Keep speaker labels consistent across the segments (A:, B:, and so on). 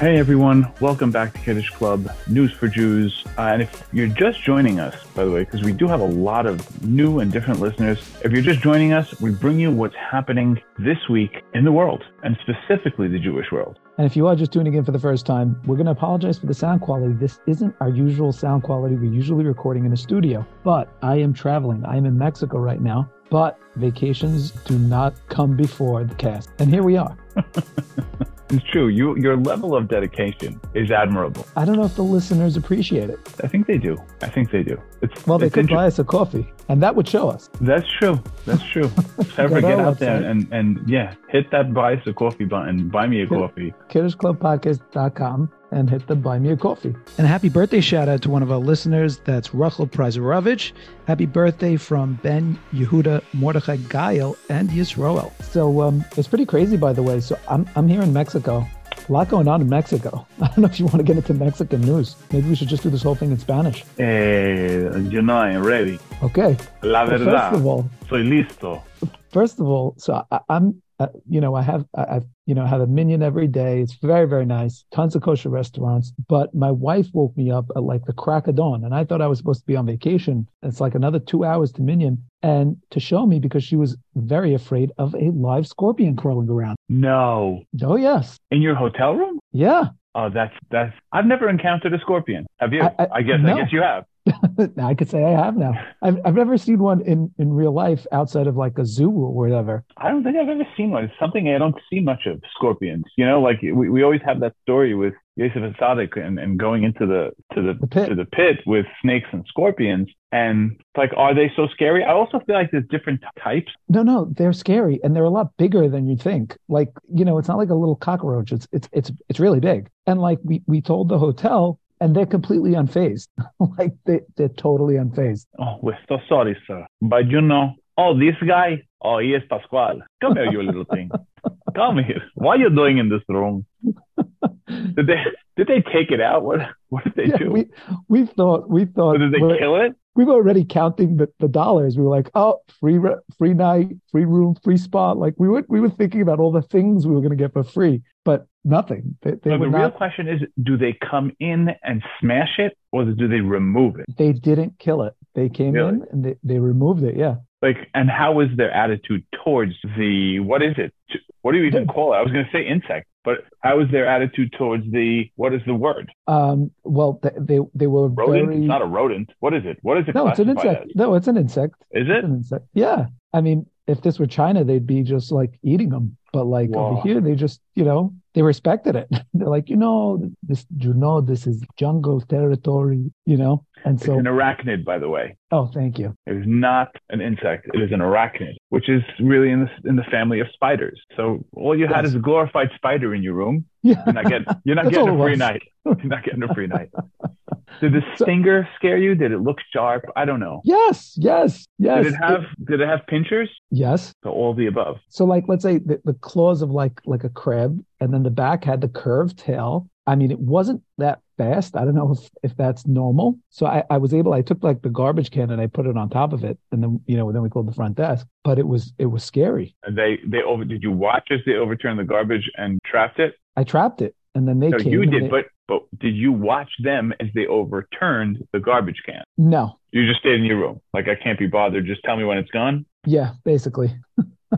A: Hey everyone, welcome back to Kiddish Club News for Jews. Uh, and if you're just joining us, by the way, because we do have a lot of new and different listeners, if you're just joining us, we bring you what's happening this week in the world, and specifically the Jewish world.
B: And if you are just tuning in for the first time, we're going to apologize for the sound quality. This isn't our usual sound quality. We're usually recording in a studio, but I am traveling. I am in Mexico right now, but vacations do not come before the cast. And here we are.
A: It's true. You, your level of dedication is admirable.
B: I don't know if the listeners appreciate it.
A: I think they do. I think they do. It's
B: Well, they
A: it's
B: could
A: inter-
B: buy us a coffee, and that would show us.
A: That's true. That's true. If ever
B: Go to
A: get
B: our
A: out there
B: website.
A: and, and yeah, hit that buy us a coffee button, buy me a
B: Yeah.
A: coffee.
B: kiddishclubpodcast.com and hit the buy me a coffee. And a happy birthday shout out to one of our listeners. That's Rachel Prizarovich. Happy birthday from Ben Yehuda, Mordechai Gael, and Yisroel. So um, it's pretty crazy, by the way. So I'm, I'm here in Mexico. A lot going on in Mexico. I don't know if you want to get into Mexican news. Maybe we should just do this whole thing in Spanish.
A: Eh, you know, I'm ready.
B: Okay.
A: La
B: But
A: verdad.
B: first of all,
A: Soy listo.
B: first of all, so I, I'm, uh, you know, I have, I, I've, you know, have a minion every day. It's very, very nice. Tons of kosher restaurants. But my wife woke me up at like the crack of dawn, and I thought I was supposed to be on vacation. It's like another two hours to minion, and to show me because she was very afraid of a live scorpion crawling around.
A: No.
B: Oh yes,
A: In your hotel room?
B: yeah.
A: Oh, that's that's. I've never encountered a scorpion. Have you?
B: I- I-
A: guess.
B: no.
A: I guess you have.
B: Now I could say I have now. I've, I've never seen one in in real life outside of like a zoo or whatever.
A: I don't think I've ever seen one. It's something I don't see much of. Scorpions. You know, like we, we always have that story with Yosef Atzadik and, and going into the to the,
B: The pit.
A: to the pit with snakes and scorpions. And it's like, are they so scary? I also feel like there's different types.
B: No, no, they're scary and they're a lot bigger than you think. Like, you know, it's not like a little cockroach. It's it's it's it's really big. And like we we told the hotel and they're completely unfazed. like they they're totally unfazed.
A: Oh, we're so sorry, sir. But you know, oh, this guy. Oh, he is Pascual. Come here, you little thing. Come here. What are you doing in this room? Did they did they take it out? What what did they
B: yeah,
A: do?
B: we we thought we
A: Oh,
B: thought
A: did they
B: we're-
A: kill it?
B: we were already counting the, the dollars. We were like, oh, free re- free night, free room, free spot. Like we were we were thinking about all the things we were going to get for free, but nothing. They, they
A: So
B: were
A: the real
B: not.
A: question is, do they come in and smash it, or do they remove it?
B: They didn't kill it. They came
A: Really?
B: in and they, they removed it. Yeah.
A: Like, and how is their attitude towards the what is it? What do you even call it? I was going to say insect, but how is their attitude towards the what is the word?
B: Um, well, th- they they were
A: Rodent?
B: very
A: It's not a rodent. What is it? What is it?
B: no, it's an
A: classified
B: insect. No, it's an insect.
A: as? Is
B: It's
A: it?
B: an insect. Yeah, I mean, if this were China, they'd be just like eating them. But like
A: Wow.
B: over here, they just you know they respected it. They're like, you know, this you know this is jungle territory, you know. And
A: It's
B: so,
A: an arachnid, by the way.
B: oh, thank you.
A: It is not an insect. It is an arachnid, which is really in the, in the family of spiders. So all you had
B: Yes.
A: is a glorified spider in your room.
B: Yeah,
A: You're not getting, you're not
B: That's
A: getting
B: all
A: a
B: it
A: free
B: was.
A: night. You're not getting a free night. Did the
B: So-
A: stinger scare you? Did it look sharp? I don't know.
B: yes, yes, yes.
A: Did it have did it have pinchers?
B: yes?
A: So all the above.
B: So like, let's say the, the claws of like like a crab, and then the back had the curved tail. I mean, it wasn't that fast. I don't know if, if that's normal. So I, I was able. I took like the garbage can and I put it on top of it, and then you know then we called the front desk. But it was it was scary.
A: And they they over did you watch as they overturned the garbage and trapped it?
B: I trapped it, and then they
A: No,
B: came.
A: you
B: and
A: did,
B: they-
A: but but did you watch them as they overturned the garbage can?
B: no,
A: You just stayed in your room. Like I can't be bothered. Just tell me when it's gone.
B: yeah, basically,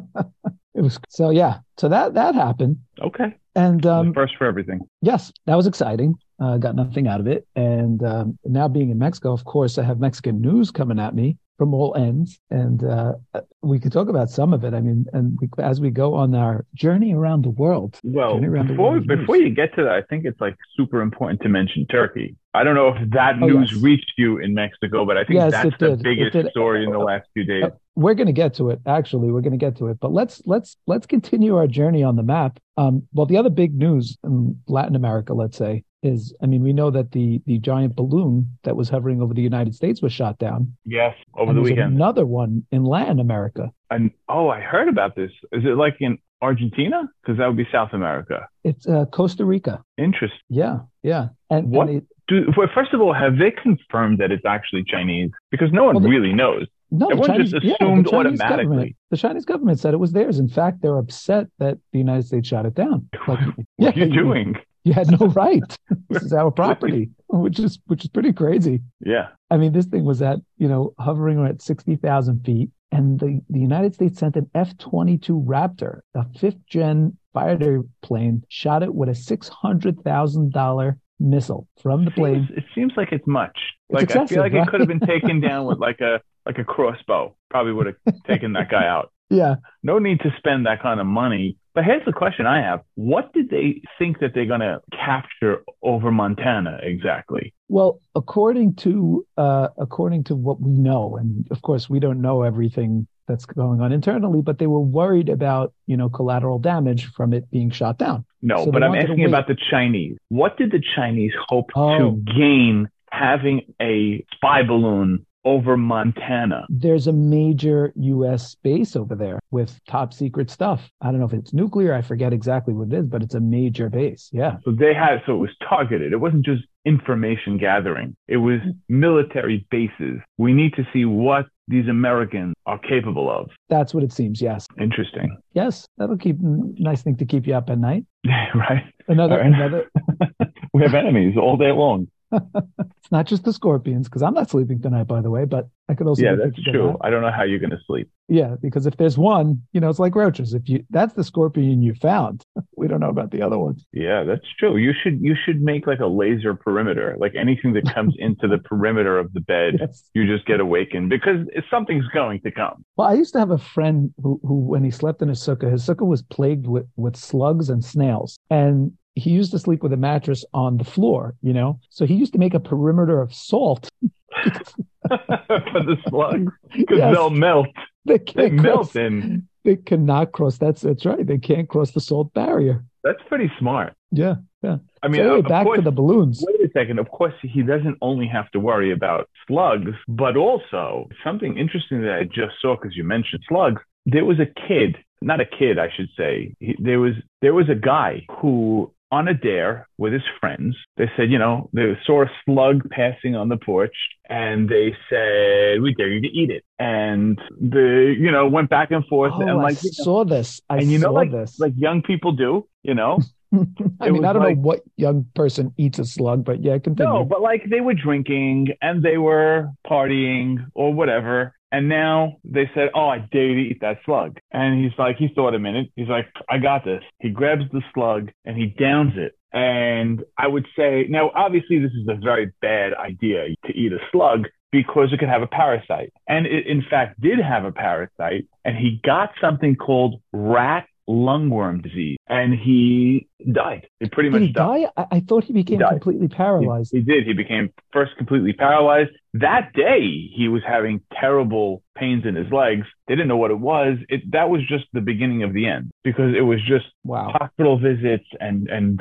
B: it was so yeah. So that that happened,
A: Okay.
B: and um,
A: First for everything.
B: yes, that was exciting. Uh, got nothing out of it. And um, now being in Mexico, of course, I have Mexican news coming at me from all ends. And uh, we could talk about some of it. I mean, and we, as we go on our journey around the world,
A: Well,
B: Turn around the
A: before
B: world news.
A: before you get to that, I think it's like super important to mention Turkey. I don't know if that
B: Oh,
A: news
B: yes.
A: reached you in Mexico, but I think
B: Yes,
A: that's
B: it
A: the
B: did. It
A: biggest
B: did.
A: story in the last few days.
B: uh, we're going to get to it. Actually, we're going to get to it. But let's let's let's continue our journey on the map. Um, well, the other big news in Latin America, let's say, is I mean, we know that the the giant balloon that was hovering over the United States was shot down.
A: Yes, over
B: and
A: the
B: there's
A: weekend.
B: another one in Latin America.
A: And oh, I heard about this. Is it like in Argentina? Because that would be South America.
B: It's uh, Costa Rica.
A: Interesting.
B: Yeah, yeah. And,
A: What?
B: and it,
A: Do, well, first of all, have they confirmed that it's actually Chinese? Because no one
B: Well, the-
A: really knows.
B: no, the
A: Everyone
B: Chinese,
A: just
B: yeah, the
A: assumed
B: Chinese
A: automatically.
B: government- the Chinese government said it was theirs. In fact, they're upset that the United States shot it down. Like,
A: What
B: yeah,
A: are you doing?
B: You had no right. this is our property, which is which is pretty crazy.
A: Yeah.
B: I mean, this thing was at you know hovering at sixty thousand feet, and the the United States sent an F twenty two Raptor, a fifth gen fighter plane, shot it with a six hundred thousand dollar missile from the plane.
A: Seems- it seems like it's much.
B: It's
A: like I
B: excessive,
A: feel like
B: right?
A: it could have been taken down with like a like a crossbow. Probably would have taken that guy out.
B: Yeah,
A: No need to spend that kind of money. But here's the question I have: What did they think that they're going to capture over Montana exactly?
B: Well, according to uh, according to what we know, and of course we don't know everything that's going on internally, but they were worried about you know collateral damage from it being shot down.
A: No,
B: So
A: but
B: they
A: I'm
B: wanted to
A: asking
B: wait.
A: about the Chinese. What did the Chinese hope
B: Oh.
A: to gain having a spy balloon over Montana?
B: There's a major U.S. base over there with top secret stuff. I don't know if it's nuclear. I forget exactly what it is, but it's a major base. Yeah,
A: So they had so it was targeted. It wasn't just information gathering. It was
B: Mm.
A: military bases. We need to see what these Americans are capable of.
B: that's what it seems. Yes,
A: Interesting.
B: yes, that'll keep nice thing to keep you up at night.
A: right?
B: Another
A: All right.
B: another.
A: We have enemies all day long.
B: It's not just the scorpions because I'm not sleeping tonight, by the way. But I could also
A: yeah,
B: be
A: that's
B: thinking of that.
A: true. I don't know how you're gonna sleep.
B: Yeah, because if there's one, you know, it's like roaches. If you that's the scorpion you found. We don't know about the other ones.
A: Yeah, that's true. You should you should make like a laser perimeter. Like anything that comes into the perimeter of the bed
B: Yes.
A: you just get awakened because something's going to come.
B: Well, I used to have a friend who who when he slept in his sukkah, his sukkah was plagued with with slugs and snails. And he used to sleep with a mattress on the floor, you know. So he used to make a perimeter of salt.
A: For the slugs, because
B: Yes.
A: they'll melt. They
B: They can't
A: melt
B: cross.
A: in.
B: They cannot cross. That's that's right. They can't cross the salt barrier.
A: That's pretty smart.
B: Yeah.
A: I
B: So
A: mean,
B: anyway,
A: of
B: back
A: course,
B: to the balloons.
A: wait a second. Of course, he doesn't only have to worry about slugs, but also something interesting that I just saw because you mentioned slugs. There was a kid, not a kid, I should say. He, there was there was a guy who. On a dare with his friends, they said, you know, they saw a slug passing on the porch, and they said, "We dare you to eat it." And the, you know, went back and forth,
B: Oh,
A: and
B: I
A: like, you know,
B: saw this. I
A: and you know,
B: saw
A: like-
B: this.
A: like young people do, you know,
B: I
A: it
B: mean,
A: was
B: I don't
A: like-
B: know what young person eats a slug, but yeah, continue.
A: No, but like they were drinking and they were partying or whatever. And now they said, Oh, I dare you to eat that slug. And he's like, He thought a minute. He's like, I got this. He grabs the slug and he downs it. And I would say, now, obviously, this is a very bad idea to eat a slug because it could have a parasite. And it, in fact, did have a parasite. And he got something called rat lungworm disease. And he died. He pretty
B: Did
A: much
B: he
A: died.
B: die? I, I thought he became
A: died.
B: completely
A: He-
B: paralyzed.
A: He, did. He became first completely paralyzed. That day, he was having terrible pains in his legs. They didn't know what it was. It, that was just the beginning of the end because it was just
B: wow.
A: hospital visits and, and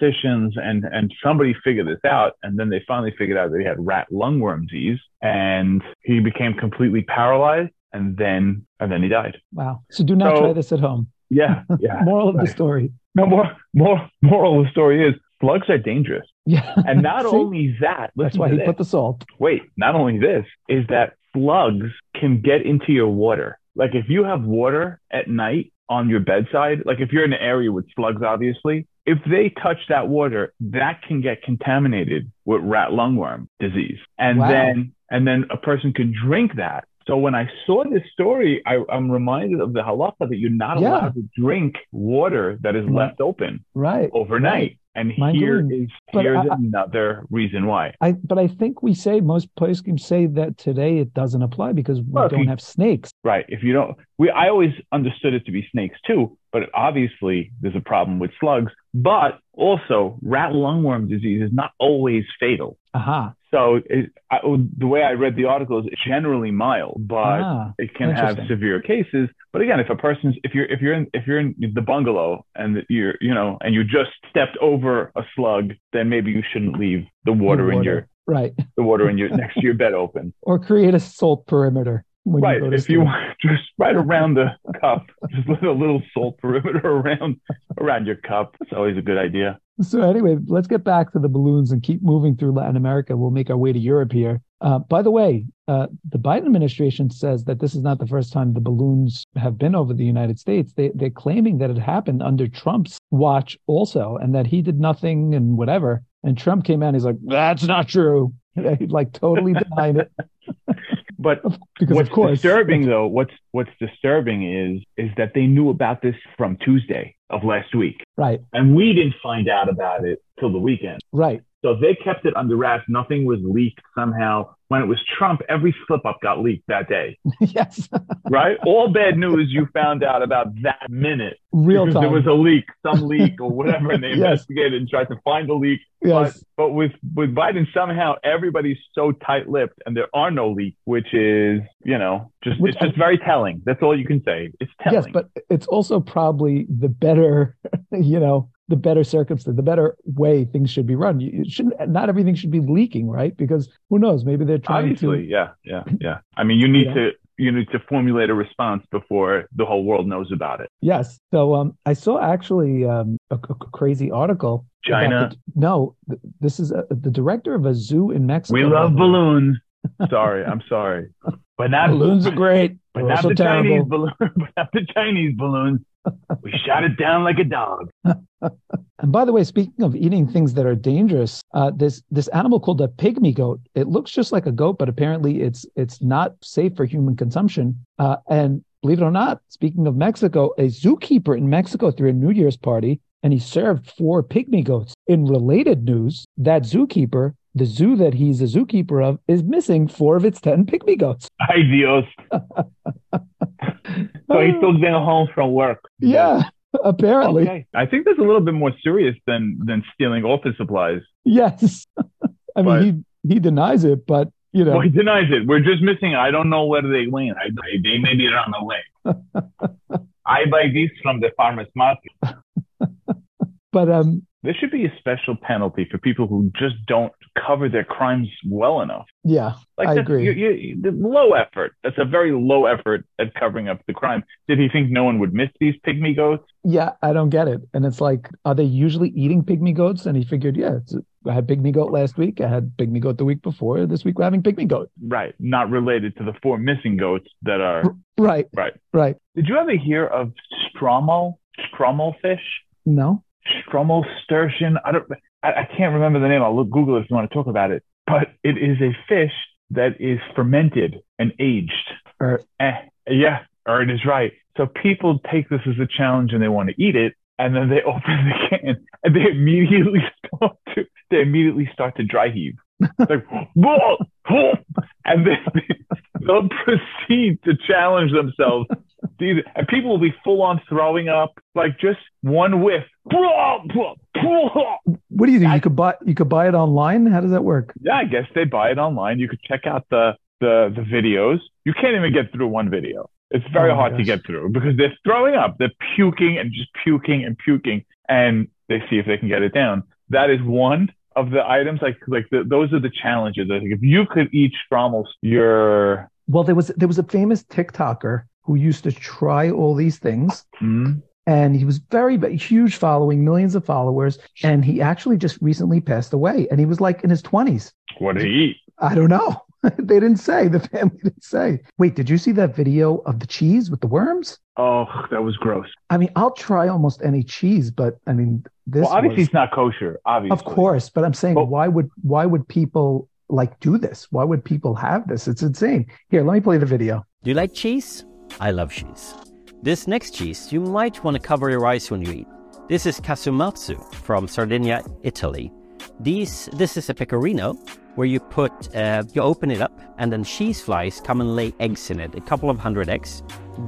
A: diagnosticians and, and somebody figured this out. And then they finally figured out that he had rat lungworm disease and he became completely paralyzed and then, and then he died.
B: Wow. So do not
A: So-
B: try this at home.
A: Yeah. Yeah.
B: Moral of the
A: Right.
B: story.
A: no more, more, moral of the story is slugs are dangerous.
B: Yeah.
A: And not
B: See?
A: only that,
B: That's
A: listen
B: why
A: to
B: he
A: this.
B: put the salt.
A: wait, not only this, is that slugs can get into your water. Like if you have water at night on your bedside, like if you're in an area with slugs, obviously, if they touch that water, that can get contaminated with rat lungworm disease. And
B: Wow.
A: then and then a person could drink that. So when I saw this story, I, I'm reminded of the halacha that you're not
B: Yeah. Mm-hmm.
A: allowed to drink water that is
B: Right.
A: left open
B: Right.
A: overnight. And
B: Mind
A: here
B: blown.
A: is
B: But
A: here's
B: I- I-
A: another reason why.
B: I but I think we say most poskim say that today it doesn't apply because we
A: Well, if
B: don't
A: you-
B: have snakes.
A: Right. If you don't, we, I always understood it to be snakes too, but obviously there's a problem with slugs. But also, rat lungworm disease is not always fatal.
B: Aha.
A: So it, I, the way I read the article is it's generally mild, but
B: Ah.
A: it can have
B: Interesting.
A: severe cases. But again, if a person's if you're if you're in if you're in the bungalow and that you're you know and you just stepped over a slug, then maybe you shouldn't leave the water, in your
B: right.
A: the water in your next to your bed open.
B: Or create a salt perimeter when
A: Right.
B: you go to
A: if you
B: sleep.
A: want, just right around the cup, just let a little salt perimeter around around your cup. That's always a good idea.
B: So anyway, let's get back to the balloons and keep moving through Latin America. We'll make our way to Europe here. Uh, by the way, uh, the Biden administration says that this is not the first time the balloons have been over the United States. They, they're claiming that it happened under Trump's watch also, and that he did nothing and whatever. And Trump came out and he's like, that's not true. he like totally denied it.
A: But
B: Because,
A: what's
B: of course,
A: disturbing though, what's what's disturbing is is that they knew about this from Tuesday of last week,
B: right,
A: and we didn't find out about it till the weekend.
B: right.
A: So they kept it under wraps. Nothing was leaked somehow. When it was Trump, every slip up got leaked that day,
B: yes.
A: right? All bad news you found out about that minute.
B: Real
A: because
B: time.
A: There was a leak, some leak or whatever, and they
B: Yes.
A: investigated and tried to find the leak.
B: yes.
A: But, but with with Biden, somehow everybody's so tight-lipped, and there are no leaks, which is you know just
B: Which
A: it's just very telling. That's all you can say. It's telling.
B: Yes, but it's also probably the better, you know, the better circumstance, the better way things should be run. You- It shouldn't, not everything should be leaking, right? Because who knows? Maybe they're trying
A: obviously, yeah, yeah, yeah. I mean, you need
B: Yeah.
A: to you need to formulate a response before the whole world knows about it.
B: to. Yes. So um, I saw actually um, a, a crazy article. about
A: China,
B: the- no, th- this is a, the director of a zoo in Mexico.
A: we love balloons. sorry, I'm sorry, but not
B: Balloons are great,
A: but
B: They're
A: not
B: also
A: the Chinese
B: terrible.
A: balloon, but not the Chinese balloons. We shot it down like a dog.
B: And by the way, speaking of eating things that are dangerous, uh, this this animal called a pygmy goat. It looks just like a goat, but apparently it's it's not safe for human consumption. Uh, and believe it or not, speaking of Mexico, a zookeeper in Mexico threw a New Year's party, and he served four pygmy goats. In related news, that zookeeper, the zoo that he's a zookeeper of, is missing four of its ten pygmy goats.
A: Ay Dios. So he took them home from work.
B: Oh. yeah, apparently,
A: Okay. I think that's a little bit more serious than than stealing office supplies.
B: yes. I mean,
A: But-
B: he he denies it, but you know.
A: Well, he denies it. We're just missing. I don't know where they went. I, I- they maybe run away. I buy these from the farmers market.
B: But um,
A: There should be a special penalty for people who just don't cover their crimes well enough.
B: yeah.
A: Like
B: I
A: that's,
B: agree.
A: You, you, the low effort. That's a very low effort at covering up the crime. Did he think no one would miss these pygmy goats?
B: Yeah, I don't get it. And it's like, are they usually eating pygmy goats? And he figured, yeah, it's, I had pygmy goat last week. I had pygmy goat the week before. This week we're having pygmy goat.
A: Right. Not related to the four missing goats that are.
B: Right.
A: Right.
B: Right.
A: Did you ever hear of stromal, stromal fish?
B: No.
A: Stromal sturgeon? I don't. I, I can't remember the name. I'll look, Google it if you want to talk about it. But it is a fish that is fermented and aged.
B: Er.
A: eh, yeah, or it is right. So people take this as a challenge and they want to eat it, and then they open the can and they immediately start to they immediately start to dry heave. It's like, whoa, whoa, and then they'll proceed to challenge themselves. These- And people will be full on throwing up, like just one whiff. Yeah,
B: What do you do?
A: I-
B: You could buy you could buy it online. How does that work?
A: I guess they buy it online. You could check out the the, the videos. You can't even get through one video. It's very
B: Oh my
A: hard to
B: gosh.
A: get through because they're throwing up. They're puking and just puking and puking, and they see if they can get it down. That is one of the items. Like like the, those are the challenges. I think if you could eat Strommels, your
B: Well, there was there was a famous TikToker who used to try all these things.
A: mm,
B: And he was very big- huge following, millions of followers. And he actually just recently passed away. And he was like in his twenties.
A: what do you eat?
B: I don't know. they didn't say. The family didn't say. Wait, did you see that video of the cheese with the worms?
A: Oh, that was gross.
B: I mean, I'll try almost any cheese, but I mean, this
A: well, obviously
B: was-
A: it's not kosher. Obviously,
B: of course. But I'm saying,
A: Well-
B: why would why would people like do this? Why would people have this? It's insane. Here, let me play the video.
C: Do you like cheese? I love cheese. This next cheese, you might want to cover your eyes when you eat. This is Casumatsu from Sardinia, Italy. These, this is a pecorino where you put, uh, you open it up and then cheese flies come and lay eggs in it, a couple of hundred eggs.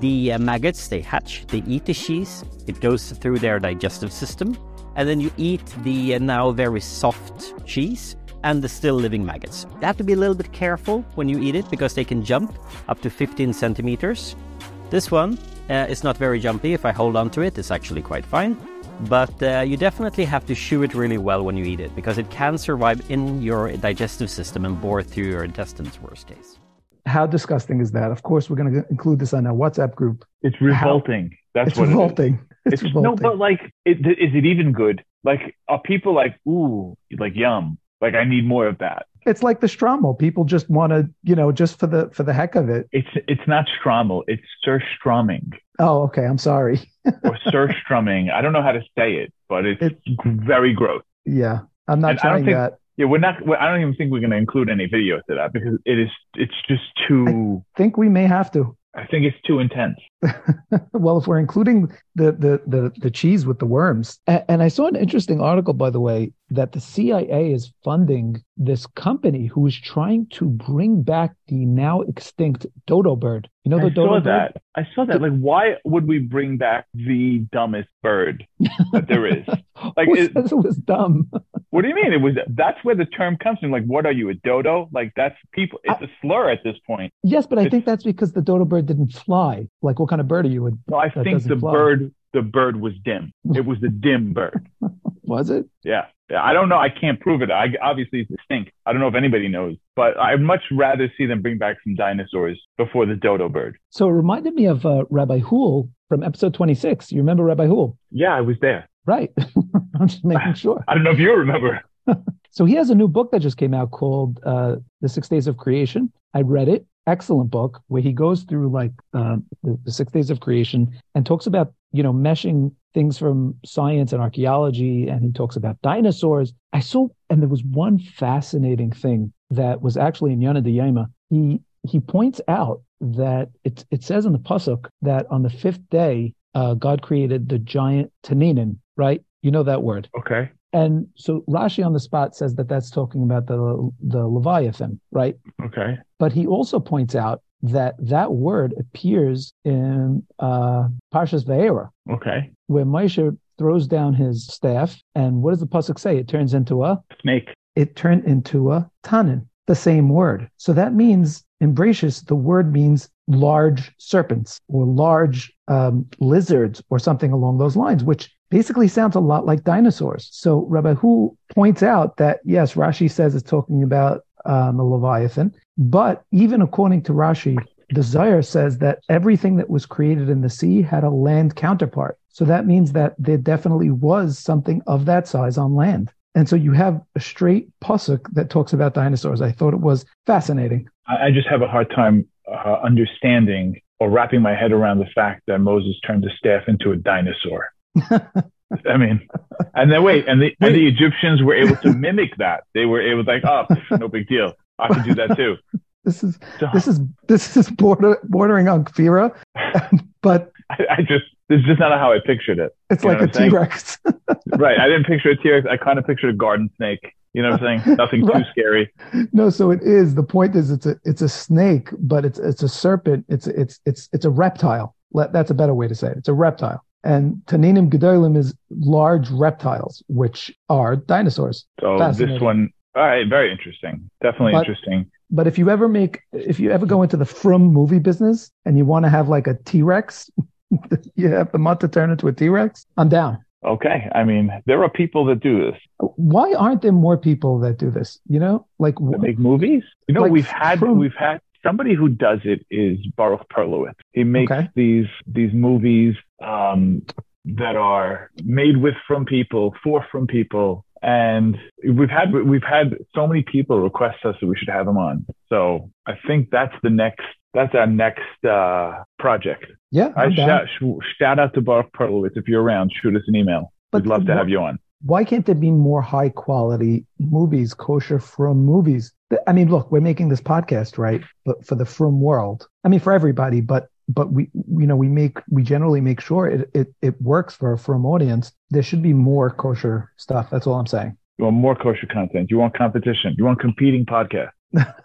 C: The uh, maggots, they hatch, they eat the cheese, it goes through their digestive system, and then you eat the uh, now very soft cheese and the still living maggots. You have to be a little bit careful when you eat it because they can jump up to 15 centimeters. This one uh, is not very jumpy. If I hold on to it, it's actually quite fine. But uh, you definitely have to chew it really well when you eat it because it can survive in your digestive system and bore through your intestines, worst case.
B: How disgusting is that? Of course, we're going to include this on our WhatsApp group.
A: it's revolting. That's
B: It's
A: what it is.
B: revolting. It's, revolting.
A: no, but like, it, th- is it even good? Like, are people like, ooh, like yum? Like, I need more of that.
B: It's like the strommel. People just want to, you know, just for the for the heck of it.
A: It's it's not strommel. It's surstroming
B: Oh, okay. I'm sorry.
A: or surstrumming. I don't know how to say it, but it's,
B: It's-
A: g- very gross.
B: Yeah, I'm not
A: And I don't
B: trying
A: think-
B: that.
A: Yeah, we're not. We're, I don't even think we're going to include any video to that because it is. It's just too.
B: Think we may have to.
A: I, think it's too intense.
B: well, if we're including the the the, the cheese with the worms, and, and I saw an interesting article, by the way, that the CIA is funding this company who is trying to bring back the now extinct dodo bird. You know the
A: I
B: dodo
A: saw
B: bird.
A: that. I saw that. Like, why would we bring back the dumbest bird that there is? Like,
B: Who
A: it-
B: says it was dumb?
A: what do you mean? It was. That's where the term comes from. Like, what are you a dodo? Like, that's people. It's a slur at this point.
B: Yes, but I
A: It's-
B: think that's because the dodo bird didn't fly. Like, what kind of bird are you?
A: No, I
B: That
A: think
B: doesn't
A: the
B: fly.
A: bird. The bird was dim. It was the dim bird.
B: Was it?
A: Yeah. Yeah, I don't know. I can't prove it. I obviously it's extinct. I don't know if anybody knows, but I'd much rather see them bring back some dinosaurs before the dodo bird.
B: So it reminded me of uh, Rabbi Hool from episode 26. You remember Rabbi Hool?
A: Yeah, I was there.
B: Right. I'm just making sure.
A: I don't know if you remember.
B: So he has a new book that just came out called uh, The Six Days of Creation. I read it. Excellent book where he goes through like um, the, the six days of creation and talks about, you know, meshing things from science and archaeology. And he talks about dinosaurs. I saw, and there was one fascinating thing that was actually in Yana de Yema. He, he points out that it, it says in the Pasuk that on the fifth day, uh, God created the giant Taninim, right? You know that word.
A: Okay.
B: And so Rashi on the spot says that that's talking about the the Leviathan, right?
A: Okay.
B: But he also points out that that word appears in uh, Parshas Vayera,
A: Okay.
B: where Moshe throws down his staff, and what does the pasuk say? It turns into a
A: Snake.
B: it turned into a tanin, the same word. So that means embracious, the word means large serpents or large um, lizards or something along those lines, which basically sounds a lot like dinosaurs. So Rabbi Hu points out that, yes, Rashi says it's talking about um, a leviathan, but even according to Rashi, the Zohar says that everything that was created in the sea had a land counterpart. So that means that there definitely was something of that size on land. And so you have a straight pusuk that talks about dinosaurs. I thought it was fascinating.
A: I, I just have a hard time uh, understanding or wrapping my head around the fact that Moses turned the staff into a dinosaur. I mean, and then wait, and the, and the Egyptians were able to mimic that. They were able, like, oh, no big deal. I could do that too.
B: This is
A: So-
B: this is this is border, bordering on Kfira, but
A: I, I just this is just not how I pictured it.
B: it's
A: You know
B: like a
A: what I'm saying?
B: T Rex.
A: Right. I didn't picture a T Rex. I kind of pictured a garden snake. You know what I'm saying? Nothing too
B: Right.
A: scary.
B: no, so it is. The point is, it's a it's a snake, but it's it's a serpent. It's it's it's it's a reptile. Le- That's a better way to say it. It's a reptile. And Taninim Gedolim is large reptiles, which are dinosaurs.
A: So this
B: Fascinating.
A: one, all right, very interesting. Definitely
B: But-
A: interesting.
B: But if you ever make, if you ever go into the from movie business and you want to have like a T Rex, you have the mutt to turn into a T Rex. I'm down.
A: Okay. I mean, there are people that do this.
B: Why aren't there more people that do this? You know, like
A: That
B: wh-
A: make movies. You know,
B: Like
A: we've had
B: from-
A: we've had somebody who does it is Baruch Perlowitz. He makes
B: Okay.
A: these these movies um, that are made with from people for from people. And we've had we've had so many people request us that we should have him on. So I think that's the next that's our next uh, project.
B: yeah,
A: I
B: I'm down.
A: shout, sh- shout out to Baruch Perlowitz if you're around. Shoot us an email. We'd love to
B: wh-
A: have you on.
B: Why can't there be more high quality movies, kosher from movies? Th- I mean, look, we're making this podcast, right? But for the from world, I mean, for everybody, but but we you know we make we generally make sure it it, it works for a from audience. There should be more kosher stuff. That's all I'm saying.
A: You want more kosher content? You want competition? You want competing podcasts?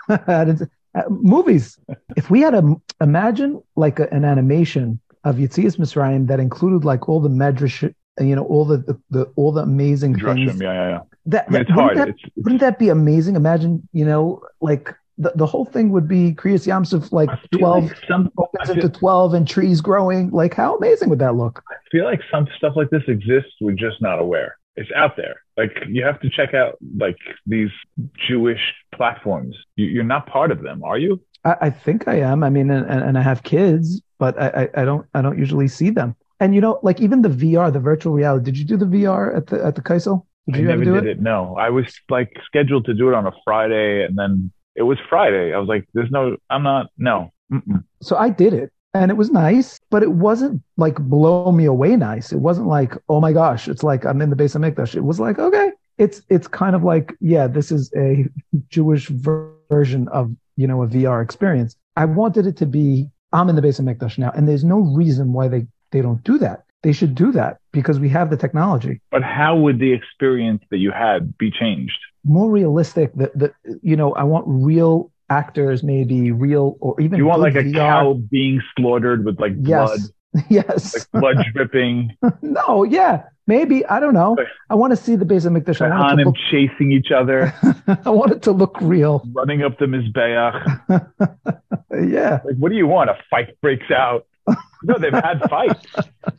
B: That is- uh, movies. If we had a imagine like a, an animation of Yitzias Mitzrayim that included like all the medrash, you know, all the the, the all the amazing
A: Drushim,
B: things.
A: yeah, yeah, yeah.
B: That,
A: I mean, it's hard.
B: wouldn't That,
A: It's, it's
B: wouldn't that be amazing? Imagine, you know, like the, the whole thing would be Kriyas Yamsuf like
A: I feel
B: twelve
A: like some, I
B: opens
A: feel,
B: into twelve and trees growing. Like how amazing would that look?
A: I feel like some stuff like this exists. We're just not aware. It's out there. Like you have to check out like these Jewish platforms. You, you're not part of them, are you?
B: I, I think I am. I mean, and, and and I have kids, but I, I I don't I don't usually see them. And you know, like even the VR, the virtual reality. Did you do the VR at the at the Kaisel? Did
A: I
B: you
A: never
B: ever do
A: did
B: it?
A: it? No, I was like scheduled to do it on a Friday, and then it was Friday. I was like, "There's no, I'm not, no." Mm-mm.
B: So I did it and it was nice, but it wasn't like blow me away nice. It wasn't like, oh my gosh, it's like I'm in the base of Mikdash. It was like, okay, it's it's kind of like, yeah, this is a Jewish ver- version of, you know, a VR experience. I wanted it to be, I'm in the base of Mikdash now. And there's no reason why they, they don't do that. They should do that because we have the technology.
A: But how would the experience that you had be changed?
B: More realistic that the you know, I want real actors, maybe real or even
A: You want
B: good
A: like a
B: VR.
A: cow being slaughtered with like blood,
B: Yes. Yes.
A: like blood dripping,
B: No, yeah, maybe I don't know.
A: Okay.
B: I want to see the base of Mikdash. I want,
A: on
B: it to
A: him
B: look,
A: chasing each other,
B: I want it to look real.
A: running up the mizbeach.
B: Yeah,
A: Like, what do you want? A fight breaks out. No, they've had fights.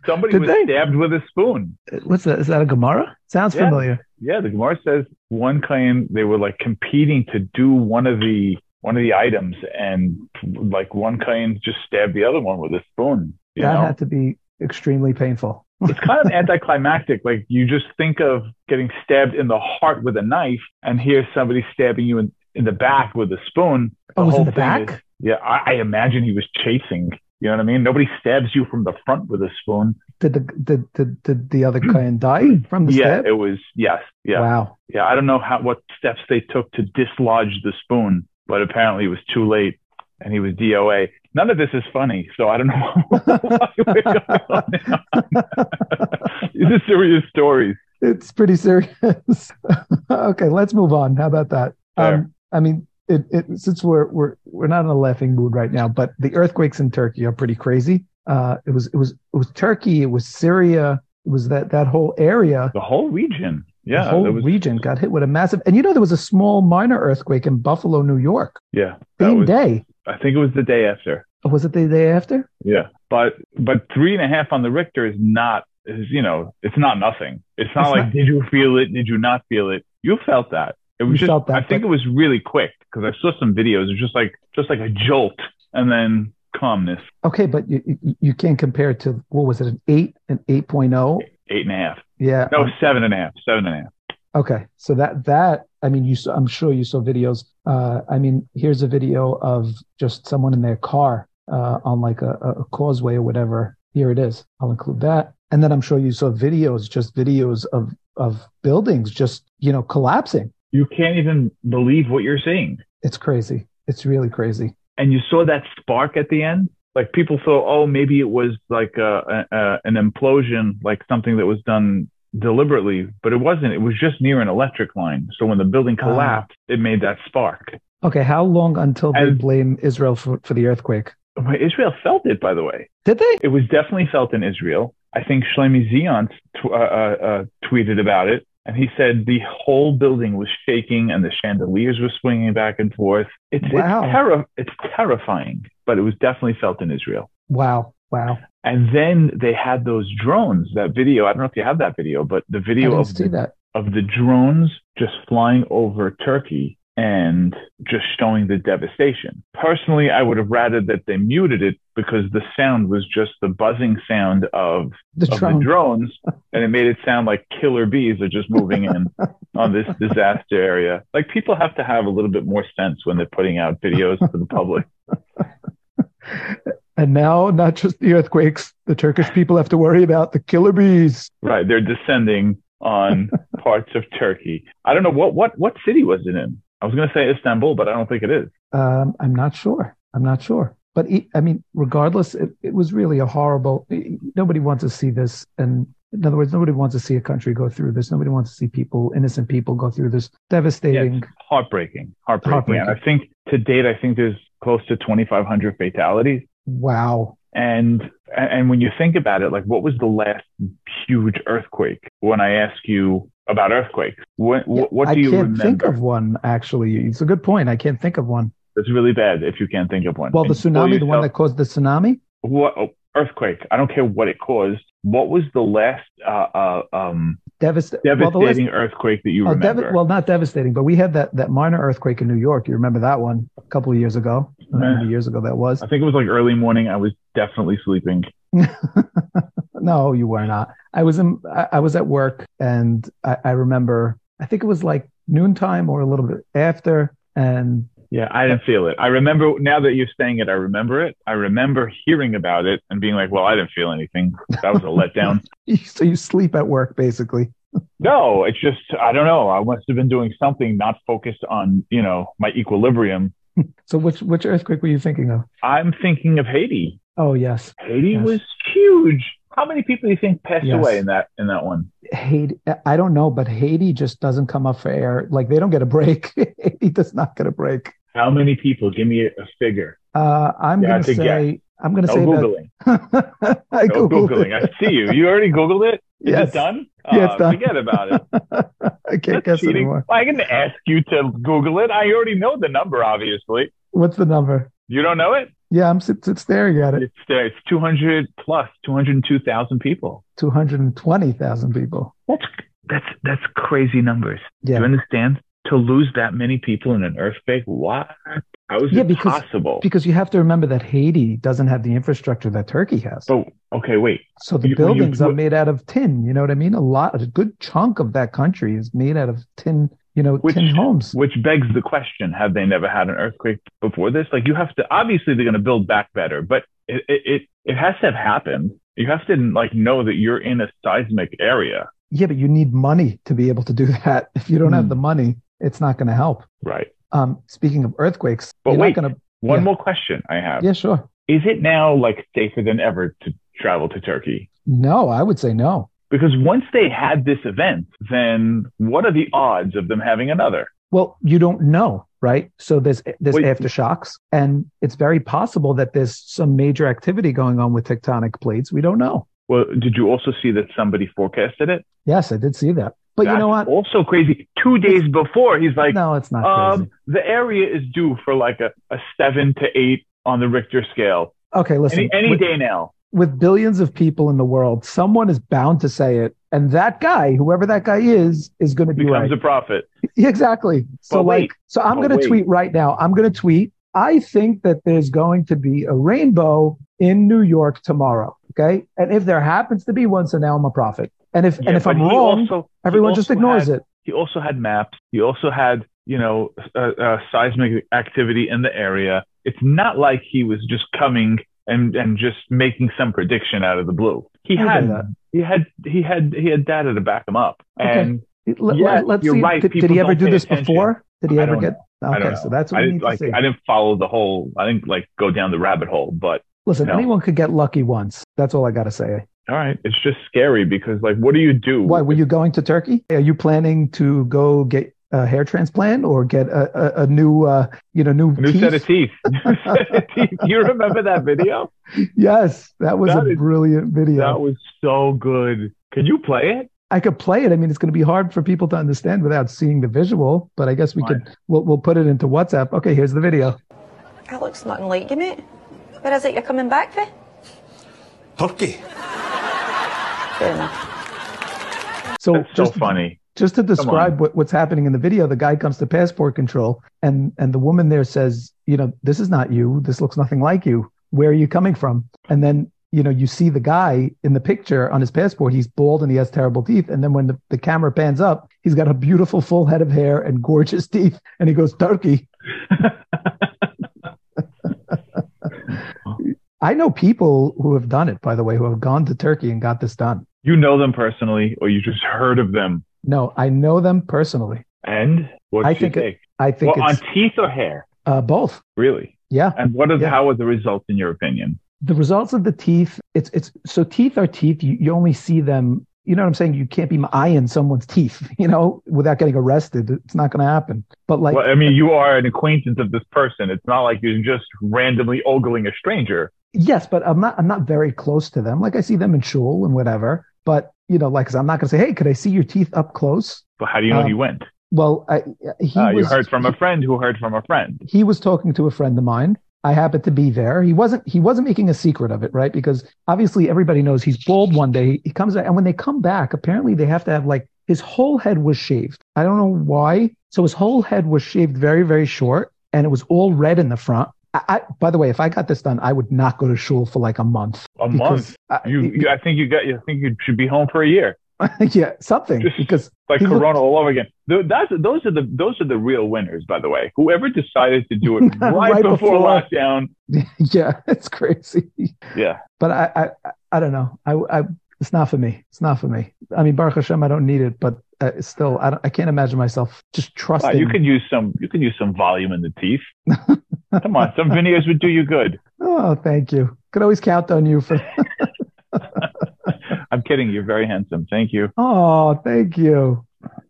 A: Somebody
B: Did
A: was
B: they?
A: stabbed with a spoon.
B: what's that? Is that a Gemara? Sounds
A: Yeah.
B: familiar.
A: Yeah, the Gemara says one claim they were like competing to do one of the one of the items, and like one claim just stabbed the other one with a spoon. You
B: that
A: know,
B: had to be extremely painful.
A: it's kind of anticlimactic. Like you just think of getting stabbed in the heart with a knife, and here's somebody stabbing you in, in the back with a spoon.
B: Oh, it was in
A: whole
B: the
A: thing
B: back.
A: is- yeah, I, I imagine he was chasing. You know what I mean? Nobody stabs you from the front with a spoon.
B: Did the did, did, did the other Kayan die from the
A: Yeah,
B: step?
A: it was. Yes, yeah.
B: Wow.
A: Yeah, I don't know how what steps they took to dislodge the spoon, but apparently it was too late, and he was DOA. None of this is funny, so I don't know why we're going on and on. These are serious stories.
B: It's pretty serious. okay, let's move on. How about that?
A: Fair.
B: Um, I mean, it, it, since we're we're we're not in a laughing mood right now, but the earthquakes in Turkey are pretty crazy. Uh, it was it was it was Turkey, it was Syria, it was that that whole area,
A: The whole region. Yeah,
B: the whole
A: there was,
B: region got hit with a massive. And you know, there was a small minor earthquake in Buffalo, New York,
A: yeah. That
B: same
A: was,
B: day.
A: I think it was the day after.
B: Was it the day after?
A: Yeah, but but three and a half on the Richter is not is you know it's not nothing. It's not
B: It's
A: like
B: not-
A: did you feel it? Did you not feel it? You felt that. It was
B: You
A: just.
B: felt that,
A: I think
B: but-
A: it was really quick because I saw some videos. It was just like just like a jolt and then calmness.
B: Okay, but you you, you can't compare it to what was it an eight an eight oh?
A: Eight and a half.
B: Yeah,
A: No, seven and a half. Seven and a half.
B: Okay, so that that I mean, you saw, I'm sure you saw videos. Uh, I mean, here's a video of just someone in their car uh, on like a, a- a causeway or whatever. Here it is. I'll include that, and then I'm sure you saw videos, just videos of of buildings just you know collapsing.
A: You can't even believe what you're seeing.
B: It's crazy. It's really crazy.
A: and you saw that spark at the end like people thought oh maybe it was like a, a, a an implosion like something that was done deliberately but it wasn't it was just near an electric line so when the building
B: Ah.
A: collapsed it made that spark
B: Okay, how long until they
A: And-
B: blame Israel for for the earthquake?
A: But israel felt it by the way
B: Did they?
A: it was definitely felt in israel i think shlomi zion tw- uh, uh, uh, tweeted about it and he said the whole building was shaking and the chandeliers were swinging back and forth it's,
B: Wow.
A: it's, terri- it's terrifying but it was definitely felt in israel
B: Wow, wow.
A: And then they had those drones, that video. I don't know if you have that video, but the
B: I
A: video
B: didn't
A: of
B: see
A: the,
B: that.
A: of the drones just flying over Turkey and just showing the devastation. Personally, I would have rather that they muted it because the sound was just the buzzing sound of,
B: The
A: of
B: drone.
A: the drones. And it made it sound like killer bees are just moving in on this disaster area. Like people have to have a little bit more sense when they're putting out videos to the public.
B: And now, not just the earthquakes, the Turkish people have to worry about the killer bees.
A: Right, they're descending on parts of Turkey. I don't know what what what city was it in. I was going to say Istanbul, but I don't think it is.
B: Um, I'm not sure. I'm not sure. But e- I mean, regardless, it, it was really a horrible. e, Nobody wants to see this. And in other words, nobody wants to see a country go through this. Nobody wants to see people, innocent people, go through this
A: Yeah,
B: devastating.
A: it's heartbreaking, heartbreaking. And I think to date, I think there's close to 2,500 fatalities.
B: Wow.
A: And and when you think about it, like what was the last huge earthquake? When I ask you about earthquakes, what
B: Yeah,
A: what, what do
B: I
A: you
B: can't
A: remember?
B: think of one. Actually, it's a good point. I can't think of one.
A: That's really bad if you can't think of one.
B: Well, the
A: And you pull
B: tsunami, the one
A: yourself-
B: that caused the tsunami.
A: what oh, earthquake? I don't care what it caused. What was the last uh, uh, um,
B: Devast- well, the last-
A: devastating earthquake that you
B: Oh, dev-
A: remember.
B: well, not devastating, but we had that that minor earthquake in New York. You remember that one a couple of years ago? I don't know How many years ago that was?
A: I think it was like early morning. I was definitely sleeping.
B: no, you were not. I was in. I, I was at work, and I, I remember. I think it was like noontime or a little bit after, and
A: Yeah, I didn't feel it. I remember now that you're saying it, I remember it. I remember hearing about it and being like, well, I didn't feel anything. That was a letdown.
B: so you sleep at work basically.
A: No, it's just, I don't know. I must have been doing something not focused on, you know, my equilibrium.
B: So which which earthquake were you thinking of?
A: I'm thinking of Haiti.
B: Oh yes,
A: Haiti
B: Yes.
A: was huge. How many people do you think passed
B: Yes.
A: away in that in that one?
B: Haiti. I don't know, but Haiti just doesn't come up for air. Like they don't get a break. Haiti does not get a break.
A: How many people? Give me a, a figure.
B: Uh, I'm
A: Yeah,
B: gonna
A: I think,
B: say. I'm gonna
A: No
B: say that.
A: googling.
B: I
A: No
B: googled it.
A: googling. I see you. You already googled it. Is
B: Yes.
A: it done?
B: Yeah, it's
A: Uh,
B: done.
A: Forget about it.
B: I can't
A: That's
B: guess
A: cheating.
B: anymore.
A: I didn't ask you to Google it. I already know the number, obviously.
B: What's the number?
A: You don't know it?
B: Yeah, I'm sit- sit staring at it.
A: It's, uh, it's 200 plus, 202,000 people.
B: Two hundred and twenty thousand people.
A: That's, that's, that's crazy numbers. Do you
B: Yeah,
A: understand? To lose that many people in an earthquake? What? How is
B: Yeah,
A: it
B: because-
A: possible?
B: because you have to remember that Haiti doesn't have the infrastructure that Turkey has.
A: so, okay, wait.
B: So the
A: You- when you-
B: buildings are made out of tin. You know what I mean? A lot, a good chunk of that country is made out of tin. You know,
A: Which-
B: tin homes.
A: Which begs the question: Have they never had an earthquake before this? Like you have to obviously they're going to build back better, but it it it, it has to have happened. You have to like know that you're in a seismic area,
B: Yeah, but you need money to be able to do that. If you don't have
A: Hmm.
B: the money, it's not going to help.
A: right?
B: Um, speaking of earthquakes,
A: But
B: you're
A: wait.
B: not going to.
A: One
B: Yeah.
A: more question I have:
B: Yeah, sure.
A: Is it now like safer than ever to travel to Turkey?
B: No, I would say no.
A: Because once they had this event, then what are the odds of them having another?
B: Well, you don't know, right? So there's there's
A: Wait.
B: aftershocks, and it's very possible that there's some major activity going on with tectonic plates. We don't know.
A: Well, did you also see that somebody forecasted it?
B: Yes, I did see that, but you know
A: That's
B: what?
A: Also crazy. Two days before, he's like,
B: no, it's not
A: Um,
B: crazy.
A: the area is due for like a, a seven to eight on the Richter scale
B: Okay, listen.
A: any, any
B: with,
A: day now.
B: with billions of people in the world, someone is bound to say it, and that guy, whoever that guy is, is going to be right.
A: Becomes a prophet.
B: Yeah, exactly. So
A: But
B: like,
A: wait.
B: so I'm
A: But
B: going to
A: wait.
B: tweet right now. I'm going to tweet. I think that there's going to be a rainbow in New York tomorrow. Okay, and if there happens to be one, so now I'm a prophet. And if
A: Yeah,
B: and if
A: but
B: I'm
A: he
B: wrong,
A: also- he
B: everyone just
A: also
B: ignores
A: had-
B: it.
A: He also had maps. He also had you know uh, uh, seismic activity in the area. It's not like he was just coming and and just making some prediction out of the blue. He
B: I'll
A: had
B: do that.
A: he had he had he had data to back him up.
B: Okay.
A: And
B: Let,
A: Yeah,
B: us
A: you're
B: see.
A: right.
B: Did, did
A: People
B: he ever
A: don't
B: do
A: pay
B: this
A: attention.
B: before? Did he
A: I
B: ever
A: don't
B: get?
A: I don't
B: Okay,
A: know.
B: so that's what
A: I
B: we
A: didn't
B: need to
A: like
B: see.
A: I didn't follow the whole. I didn't like go down the rabbit hole, but
B: Listen,
A: No.
B: anyone could get lucky once. That's all I got to say.
A: all right, it's just scary because like, what do you do?
B: Why were you going to Turkey? Are you planning to go get a hair transplant or get a, a, a new, uh, you know, new,
A: New
B: teeth?
A: set of teeth. New set of teeth. You remember that video?
B: Yes, that was
A: That
B: a
A: is-
B: brilliant video.
A: That was so good. Can you play it?
B: I could play it. I mean, it's going to be hard for people to understand without seeing the visual, but I guess we
A: Fine.
B: could we'll, we'll put it into WhatsApp. Okay, here's the video.
D: That looks nothing like you, mate. Where is it you're coming back for?
E: Turkey.
D: Fair enough.
B: So
A: That's so
B: just
A: funny.
B: just to describe
A: on.
B: what, what's happening in the video, the guy comes to passport control and and the woman there says, you know, this is not you. This looks nothing like you. Where are you coming from? And then you know you see the guy in the picture on his passport. He's bald and he has terrible teeth. And then when the, the camera pans up, he's got a beautiful full head of hair and gorgeous teeth. And he goes, Turkey. I know people who have done it, by the way, who have gone to Turkey and got this done.
A: You know them personally, or you just heard of them.
B: No, I know them personally.
A: And what
B: I
A: do you
B: think it-
A: think?
B: I think
A: well, on
B: it's
A: teeth or hair,
B: uh, both.
A: really.
B: Yeah.
A: And what are
B: Yeah.
A: how are the results in your opinion?
B: the results of the teeth it's it's so teeth are teeth you, you only see them you know what i'm saying you can't be eyeing someone's teeth you know without getting arrested it's not going to happen but like
A: well, I mean, you are an acquaintance of this person. It's not like you're just randomly ogling a stranger.
B: yes but i'm not i'm not very close to them like i see them in shul and whatever but you know like 'cause i'm not going to say hey could i see your teeth up close
A: But how do you know
B: Um,
A: you went?
B: well I, he
A: Uh, you
B: was-
A: heard from a friend who heard from a friend.
B: he was talking to a friend of mine. I happened to be there. He wasn't he wasn't making a secret of it, right? Because obviously everybody knows he's bald one day. He comes out and when they come back, apparently they have to have like his whole head was shaved. I don't know why. So his whole head was shaved very, very short and it was all red in the front. I, I by the way, if I got this done, I would not go to shul for like a month.
A: A month.
B: I,
A: You, you, I think you got. I think you should be home for a year.
B: yeah, something
A: Just-
B: because
A: Like
B: He
A: Corona all over again. Th- That's, those are the those are the real winners, by the way. Whoever decided to do it right,
B: Right
A: before,
B: before.
A: lockdown.
B: yeah, it's crazy.
A: Yeah.
B: But I, I, I- I don't know. I, I, it's not for me. It's not for me. I mean, Baruch Hashem, I don't need it, but uh, it's still, I, don't, I can't imagine myself just
A: Wow,
B: trusting.
A: Ah, uh, you could use some. You could use some volume in the teeth. Come on, some videos would do you good.
B: oh, thank you. Could always count on you for.
A: I'm kidding. You're very handsome. Thank you.
B: Oh, thank you,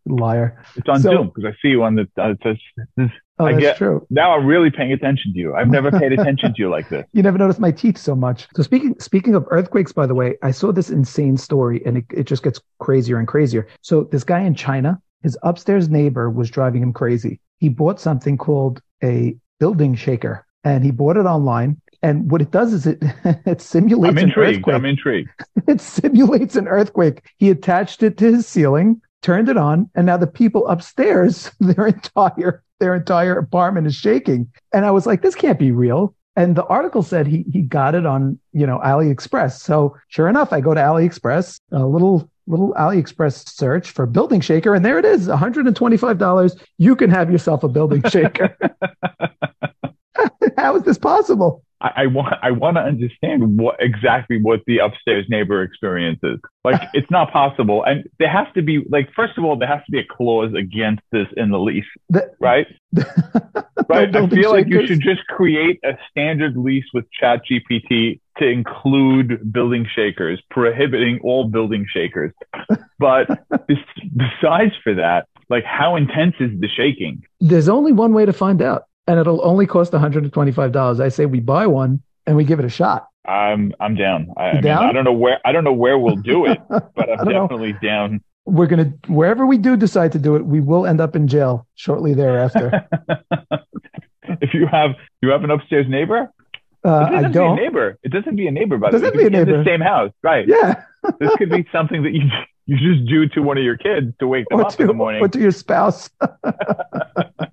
B: liar.
A: It's on
B: So-
A: Zoom because I see you on the. Uh, it says-
B: Oh,
A: I
B: that's
A: get-
B: true.
A: now I'm really paying attention to you. I've never paid attention to you like this.
B: You never noticed my teeth so much. So speaking speaking of earthquakes, by the way, I saw this insane story, and it, it just gets crazier and crazier. So this guy in China, his upstairs neighbor was driving him crazy. He bought something called a building shaker, and he bought it online. And what it does is it it simulates
A: I'm
B: an
A: intrigued.
B: earthquake
A: I'm intrigued.
B: it simulates an earthquake. He attached it to his ceiling, turned it on, and now the people upstairs, their entire their entire apartment is shaking. And I was like, this can't be real. And the article said he he got it on you know AliExpress. So sure enough, I go to AliExpress, a little little AliExpress search for building shaker, and there it is, one hundred and twenty five dollars. You can have yourself a building shaker. How is this possible?
A: I, I want I want to understand what exactly what the upstairs neighbor experience is. Like it's not possible, and there has to be like first of all there has to be a clause against this in the lease,
B: The-
A: right? right. I
B: building
A: feel like you
B: shakers.
A: should just create a standard lease with ChatGPT to include building shakers, prohibiting all building shakers. But bes- besides for that, like how intense is the shaking?
B: There's only one way to find out, and it'll only cost $125. I say we buy one and we give it a shot.
A: I'm I'm down. I, I mean,
B: Down?
A: I don't know where I don't know where we'll do it, but
B: I
A: I'm
B: don't know.
A: definitely down.
B: We're going to, wherever we do decide to do it, we will end up in jail shortly thereafter.
A: if you have you have an upstairs neighbor,
B: Uh,
A: it doesn't
B: I
A: have to be a
B: don't.
A: neighbor. It doesn't be a neighbor by
B: Doesn't
A: the way.
B: have to be a
A: It could in
B: neighbor.
A: the same house, right?
B: Yeah.
A: This could be something that you you just do to one of your kids to wake them
B: Or
A: up in
B: to,
A: the morning.
B: or to your spouse.
A: no,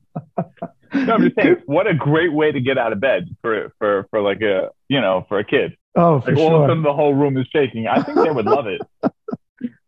A: I'm just saying, what a great way to get out of bed for for for like a you know for a kid.
B: Oh, for
A: Like all of a
B: sure.
A: sudden the whole room is shaking. I think they would love it.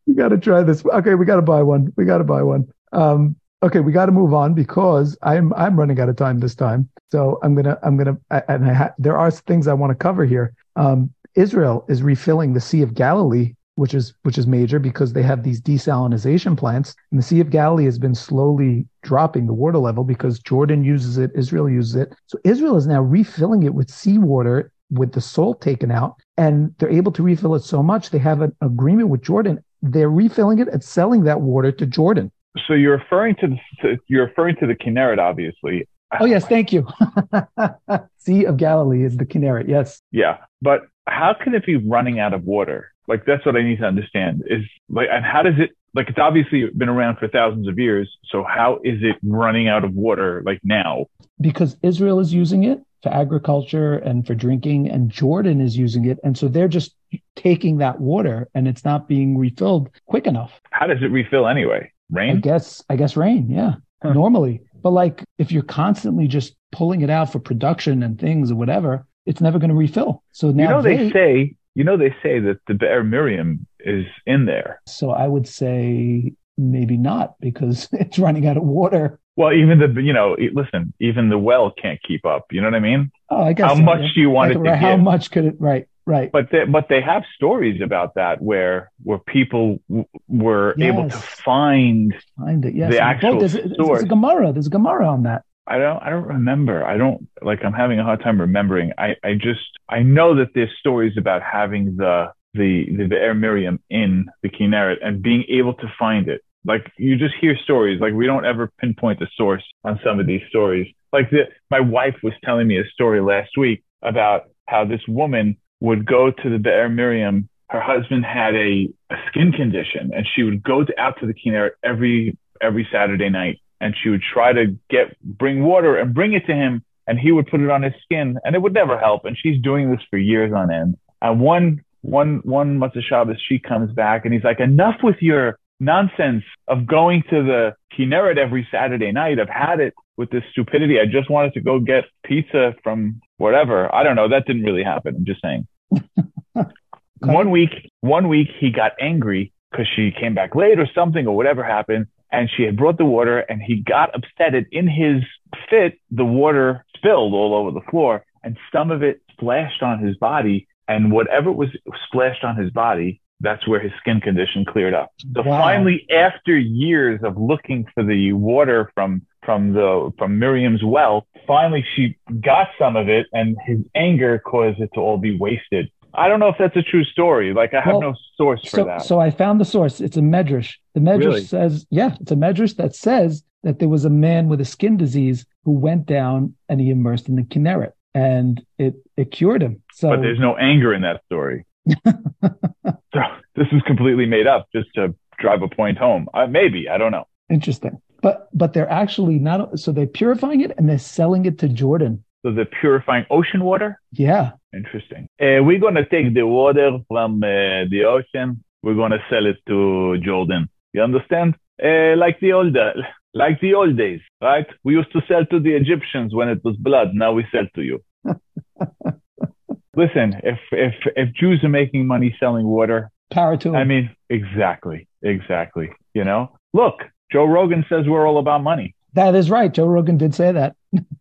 B: You got to try this. Okay. We got to buy one. We got to buy one. Um, okay. We got to move on because I'm, I'm running out of time this time. So I'm going to, I'm going to, and I ha- there are things I want to cover here. Um, Israel is refilling the Sea of Galilee, which is which is major because they have these desalinization plants. And the Sea of Galilee has been slowly dropping the water level because Jordan uses it, Israel uses it. So Israel is now refilling it with seawater with the salt taken out, and they're able to refill it so much they have an agreement with Jordan. They're refilling it and selling that water to Jordan.
A: So you're referring to, the, to you're referring to the Kinneret, obviously.
B: Oh yes, thank you. sea of Galilee is the Kinneret. Yes.
A: Yeah, but how can it be running out of water? Like that's what I need to understand. Is like, and how does it? Like, it's obviously been around for thousands of years. So how is it running out of water like now?
B: because Israel is using it for agriculture and for drinking, and Jordan is using it. And so they're just taking that water and it's not being refilled quick enough.
A: How does it refill anyway?
B: I
A: Rain?
B: guess, I guess rain. Yeah.
A: Huh.
B: Normally. But like if you're constantly just pulling it out for production and things or whatever, it's never going to refill. So now
A: You know
B: they-
A: they say. You know they say that the Be'er Miriam is in there.
B: so I would say maybe not because it's running out of water.
A: Well, even the you know, e- listen, even the well can't keep up. You know what I mean?
B: Oh, I guess
A: How
B: so,
A: much
B: yeah.
A: do you want
B: Like,
A: it to
B: how
A: give?
B: much could it? Right. Right.
A: but they, but they have stories about that where where people w- were able to
B: Yes.
A: find
B: Find it. Yes.
A: The
B: And,
A: actual
B: there's, there's
A: source.
B: a Gemara. There's a Gemara on that.
A: I don't I don't remember. I don't like I'm having a hard time remembering. I I just I know that there's stories about having the the the, the Air Miriam in the Kinneret and being able to find it. Like you just hear stories. Like we don't ever pinpoint the source on some of these stories. Like the, my wife was telling me a story last week about how this woman would go to the Be'er Miriam. Her husband had a, a skin condition, and she would go to, out to the Kinneret every every Saturday night, and she would try to get bring water and bring it to him, and he would put it on his skin, and it would never help. And she's doing this for years on end. And one one one Matzah Shabbos, she comes back, and he's like, "Enough with your nonsense of going to the Kinneret every Saturday night. I've had it with this stupidity. I just wanted to go get pizza from whatever. I don't know. That didn't really happen. I'm just saying.
B: Okay.
A: One week, one week he got angry because she came back late or something or whatever happened, and she had brought the water, and he got upset. And in his fit, the water spilled all over the floor, and some of it splashed on his body. And whatever was splashed on his body, that's where his skin condition cleared up. So
B: Wow.
A: finally, after years of looking for the water from from the from Miriam's well, finally she got some of it, and his anger caused it to all be wasted. I don't know if that's a true story. Like I have
B: Well,
A: no source for
B: so,
A: that.
B: So I found the source. It's a medrash. The medrash
A: Really?
B: says, yeah, it's a medrash that says that there was a man with a skin disease who went down and he immersed in the Kinneret and it it cured him. So
A: but there's no anger in that story. so this is completely made up just to drive a point home. Uh, maybe I don't know.
B: interesting. But but they're actually not so they're purifying it and they're selling it to Jordan.
A: So they're purifying ocean water.
B: Yeah.
A: Interesting. Uh, we're gonna take the water from uh, the ocean. We're gonna sell it to Jordan. You understand? Uh, like the old, like the old days, right? We used to sell to the Egyptians when it was blood. Now we sell to you. Listen, if if if Jews are making money selling water,
B: Power to him.
A: I mean, exactly, exactly. You know, look, Joe Rogan says we're all about money,
B: that is right. Joe Rogan did say that.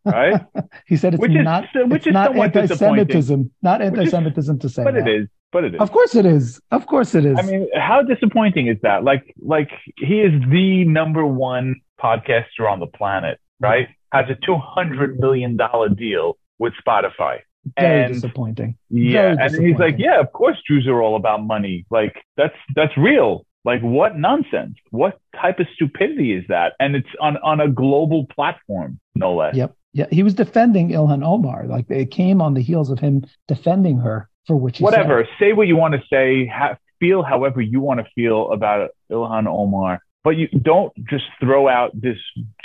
A: right?
B: He said it's
A: Which is-
B: not
A: which
B: it's
A: is
B: not
A: somewhat disappointing.
B: anti-Semitism. Not
A: is-
B: anti-Semitism to say
A: but
B: that.
A: it is, but it is.
B: Of course it is. Of course it is.
A: I mean, how disappointing is that? Like, like he is the number one podcaster on the planet, right? Has a two hundred million dollar deal with Spotify.
B: Very
A: and-
B: disappointing.
A: Yeah,
B: Very
A: and he's like,
B: disappointing.
A: yeah, of course Jews are all about money. Like that's that's real. Like what nonsense? What type of stupidity is that? And it's on on a global platform, no less.
B: Yep. Yeah. He was defending Ilhan Omar. Like it came on the heels of him defending her for which he
A: whatever. Say what you want to say. Ha- feel however you want to feel about Ilhan Omar, but you don't just throw out this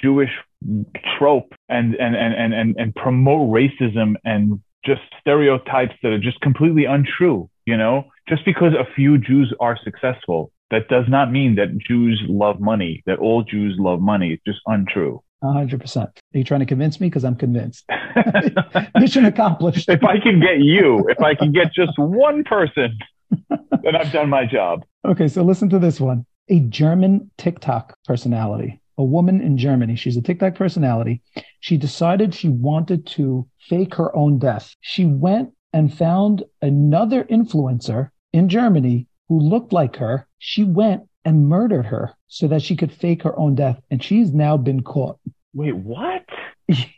A: Jewish trope and and and and and, and promote racism and just stereotypes that are just completely untrue. You know, just because a few Jews are successful, that does not mean that Jews love money. That all Jews love money. It's just untrue.
B: said. hundred percent. Are you trying to convince me? Because I'm convinced. Mission accomplished.
A: if I can get you, if I can get just one person, then I've done my job.
B: Okay, so listen to this one. A German TikTok personality, a woman in Germany, she's a TikTok personality. She decided she wanted to fake her own death. She went and found another influencer in Germany who looked like her. She went and murdered her so that she could fake her own death. And she's now been caught.
A: Wait, what?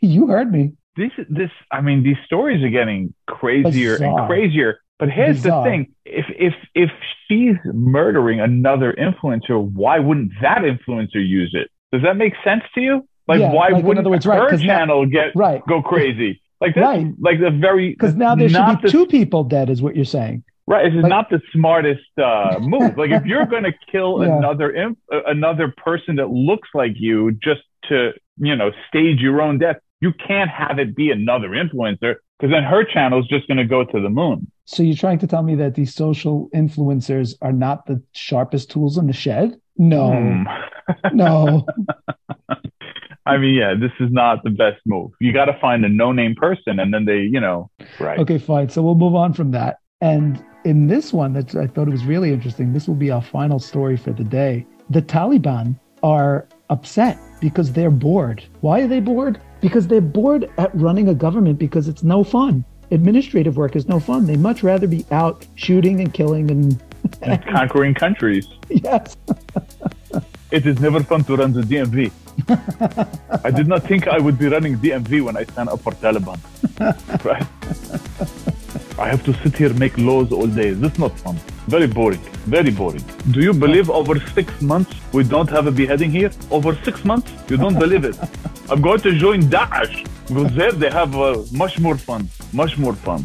B: You heard me.
A: This, this. I mean, these stories are getting crazier
B: Bizarre.
A: and crazier. But here's
B: Bizarre.
A: the thing: if if if she's murdering another influencer, why wouldn't that influencer use it? Does that make sense to you? Like,
B: Yeah,
A: why
B: like, in
A: wouldn't
B: other words, right,
A: her
B: 'cause now-
A: channel get
B: Right.
A: go crazy? Like, that's,
B: Right.
A: like the very
B: Because now there should
A: not
B: be
A: the-
B: two people dead, is what you're saying.
A: Right, it's
B: Like-
A: not the smartest uh, move. Like if you're going to kill
B: Yeah.
A: another imp- uh, another person that looks like you just to you know stage your own death, you can't have it be another influencer because then her channel is just going to go to the moon.
B: So you're trying to tell me that these social influencers are not the sharpest tools in the shed? No,
A: Hmm.
B: no.
A: I mean, yeah, this is not the best move. You got to find a no-name person, and then they, you know, right?
B: Okay, fine. So we'll move on from that. And in this one, that I thought it was really interesting. This will be our final story for the day. The Taliban are upset because they're bored. Why are they bored? Because they're bored at running a government because it's no fun. Administrative work is no fun. They much rather be out shooting and killing and
A: And conquering countries.
B: yes.
A: It is never fun to run the DMV. I did not think I would be running DMV when I stand up for Taliban. right? I have to sit here and make laws all day. This is not fun. Very boring. Very boring. Do you believe over six months we don't have a beheading here? Over six months? You don't believe it. I'm going to join Daesh. Because there they have uh, much more fun. Much more fun.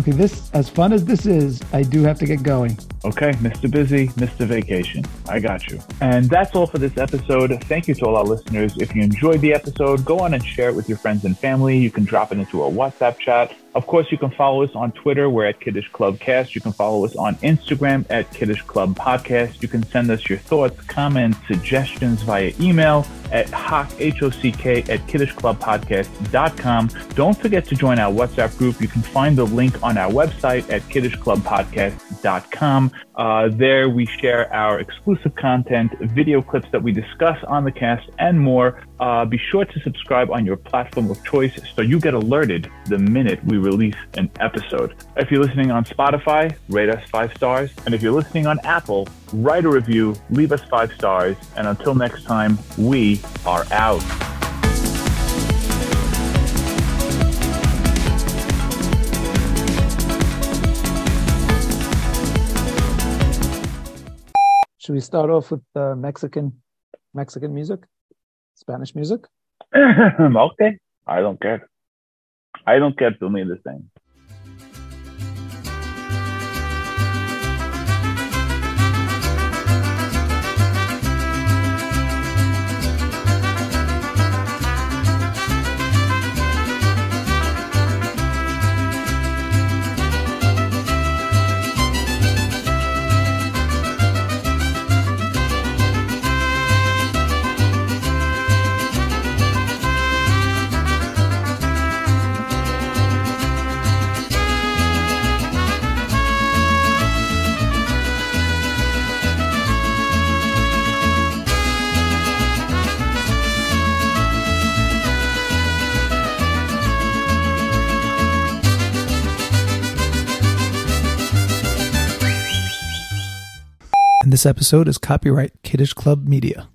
B: Okay, this as fun as this is, I do have to get going.
A: Okay, Mr. Busy, Mr. Vacation. I got you. And that's all for this episode. Thank you to all our listeners. If you enjoyed the episode, go on and share it with your friends and family. You can drop it into a WhatsApp chat Of course, you can follow us on Twitter. We're at Kiddish Club Cast. You can follow us on Instagram at Kiddish Club Podcast. You can send us your thoughts, comments, suggestions via email at hock, H-O-C-K, at kiddishclubpodcast.com. Don't forget to join our WhatsApp group. You can find the link on our website at kiddishclubpodcast.com. Uh, there we share our exclusive content, video clips that we discuss on the cast, and more. Uh, be sure to subscribe on your platform of choice so you get alerted the minute we release an episode. If you're listening on Spotify, rate us five stars. And if you're listening on Apple, write a review, leave us five stars. And until next time, we are out.
B: Should we start off with uh, Mexican Mexican music, Spanish music?
A: okay. I don't care. I don't care to me this thing.
B: And this episode is copyright Kiddish Club Media.